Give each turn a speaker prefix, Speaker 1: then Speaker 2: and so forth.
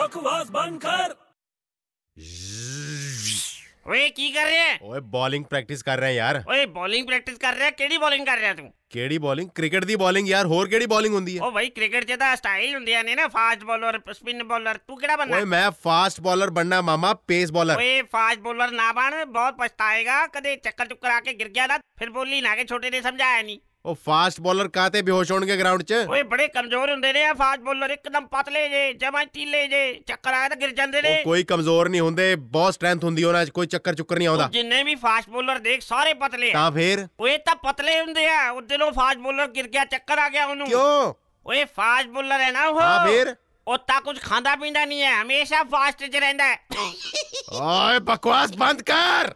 Speaker 1: बकवास बंद कर
Speaker 2: ਓਏ ਕੀ ਕਰ ਰਿਹਾ ਹੈ
Speaker 3: ਓਏ ਬੋਲਿੰਗ ਪ੍ਰੈਕਟਿਸ ਕਰ ਰਹੇ ਆ ਯਾਰ
Speaker 2: ਓਏ ਬੋਲਿੰਗ ਪ੍ਰੈਕਟਿਸ ਕਰ ਰਿਹਾ ਕਿਹੜੀ ਬੋਲਿੰਗ ਕਰ ਰਿਹਾ ਤੂੰ
Speaker 3: ਕਿਹੜੀ ਬੋਲਿੰਗ ਕ੍ਰਿਕਟ ਦੀ ਬੋਲਿੰਗ ਯਾਰ ਹੋਰ ਕਿਹੜੀ ਬੋਲਿੰਗ ਹੁੰਦੀ ਹੈ
Speaker 2: ਓ ਭਾਈ ਕ੍ਰਿਕਟ 'ਚ ਤਾਂ ਸਟਾਈਲ ਹੁੰਦੀਆਂ ਨੇ ਨਾ ਫਾਸਟ ਬੋਲਰ ਸਪਿਨ ਬੋਲਰ ਤੂੰ ਕਿਹੜਾ
Speaker 3: ਓਏ
Speaker 2: ਬੰਨਾ
Speaker 3: ਮੈਂ ਫਾਸਟ ਬੋਲਰ ਬਣਨਾ ਮਾਮਾ ਪੇਸ ਬੋਲਰ
Speaker 2: ਓਏ ਫਾਸਟ ਬੋਲਰ ਨਾ ਬਣ ਬਹੁਤ ਪਛਤਾਏਗਾ ਕਦੇ ਚੱਕਰ ਚੁੱਕਰ ਆ ਕੇ ਗਿਰ ਗਿਆ ਨਾ ਫਿਰ ਬੋਲੀ ਨਾ ਕੇ ਛੋਟੇ ਨੇ ਸਮਝਾਇਆ ਨਹੀਂ
Speaker 3: ਉਹ ਫਾਸਟ ਬੋਲਰ ਕਾਤੇ ਬੇਹੋਸ਼ ਹੋਣਗੇ ਗਰਾਊਂਡ 'ਚ
Speaker 2: ਓਏ ਬੜੇ ਕਮਜ਼ੋਰ ਹੁੰਦੇ ਨੇ ਆ ਫਾਸਟ ਬੋਲਰ ਇੱਕਦਮ ਪਤਲੇ ਜੇ ਜਮਾਂ ਹੀ ਢਿੱਲੇ ਜੇ ਚੱਕਰ ਆਇਆ ਤਾਂ ਗਿਰ ਜਾਂਦੇ ਨੇ
Speaker 3: ਉਹ ਕੋਈ ਕਮਜ਼ੋਰ ਨਹੀਂ ਹੁੰਦੇ ਬਹੁਤ ਸਟਰੈਂਥ ਹੁੰਦੀ ਉਹਨਾਂ 'ਚ ਕੋਈ ਚੱਕਰ ਚੁੱਕਰ ਨਹੀਂ ਆਉਂਦਾ
Speaker 2: ਜਿੰਨੇ ਵੀ ਫਾਸਟ ਬੋਲਰ ਦੇਖ ਸਾਰੇ ਪਤਲੇ ਆ
Speaker 3: ਤਾਂ ਫੇਰ
Speaker 2: ਓਏ ਤਾਂ ਪਤਲੇ ਹੁੰਦੇ ਆ ਉਹ ਦਿਲੋਂ ਫਾਸਟ ਬੋਲਰ ਗਿਰ ਗਿਆ ਚੱਕਰ ਆ ਗਿਆ ਉਹਨੂੰ
Speaker 3: ਕਿਉਂ
Speaker 2: ਓਏ ਫਾਸਟ ਬੋਲਰ ਹੈ ਨਾ ਉਹ
Speaker 3: ਹਾਂ ਫੇਰ
Speaker 2: ਉਹ ਤਾਂ ਕੁਝ ਖਾਂਦਾ ਪੀਂਦਾ ਨਹੀਂ ਹੈ ਹਮੇਸ਼ਾ ਫਾਸਟ 'ਚ ਰਹਿੰਦਾ ਹੈ
Speaker 3: ਓਏ ਬਕਵਾਸ ਬੰਦ ਕਰ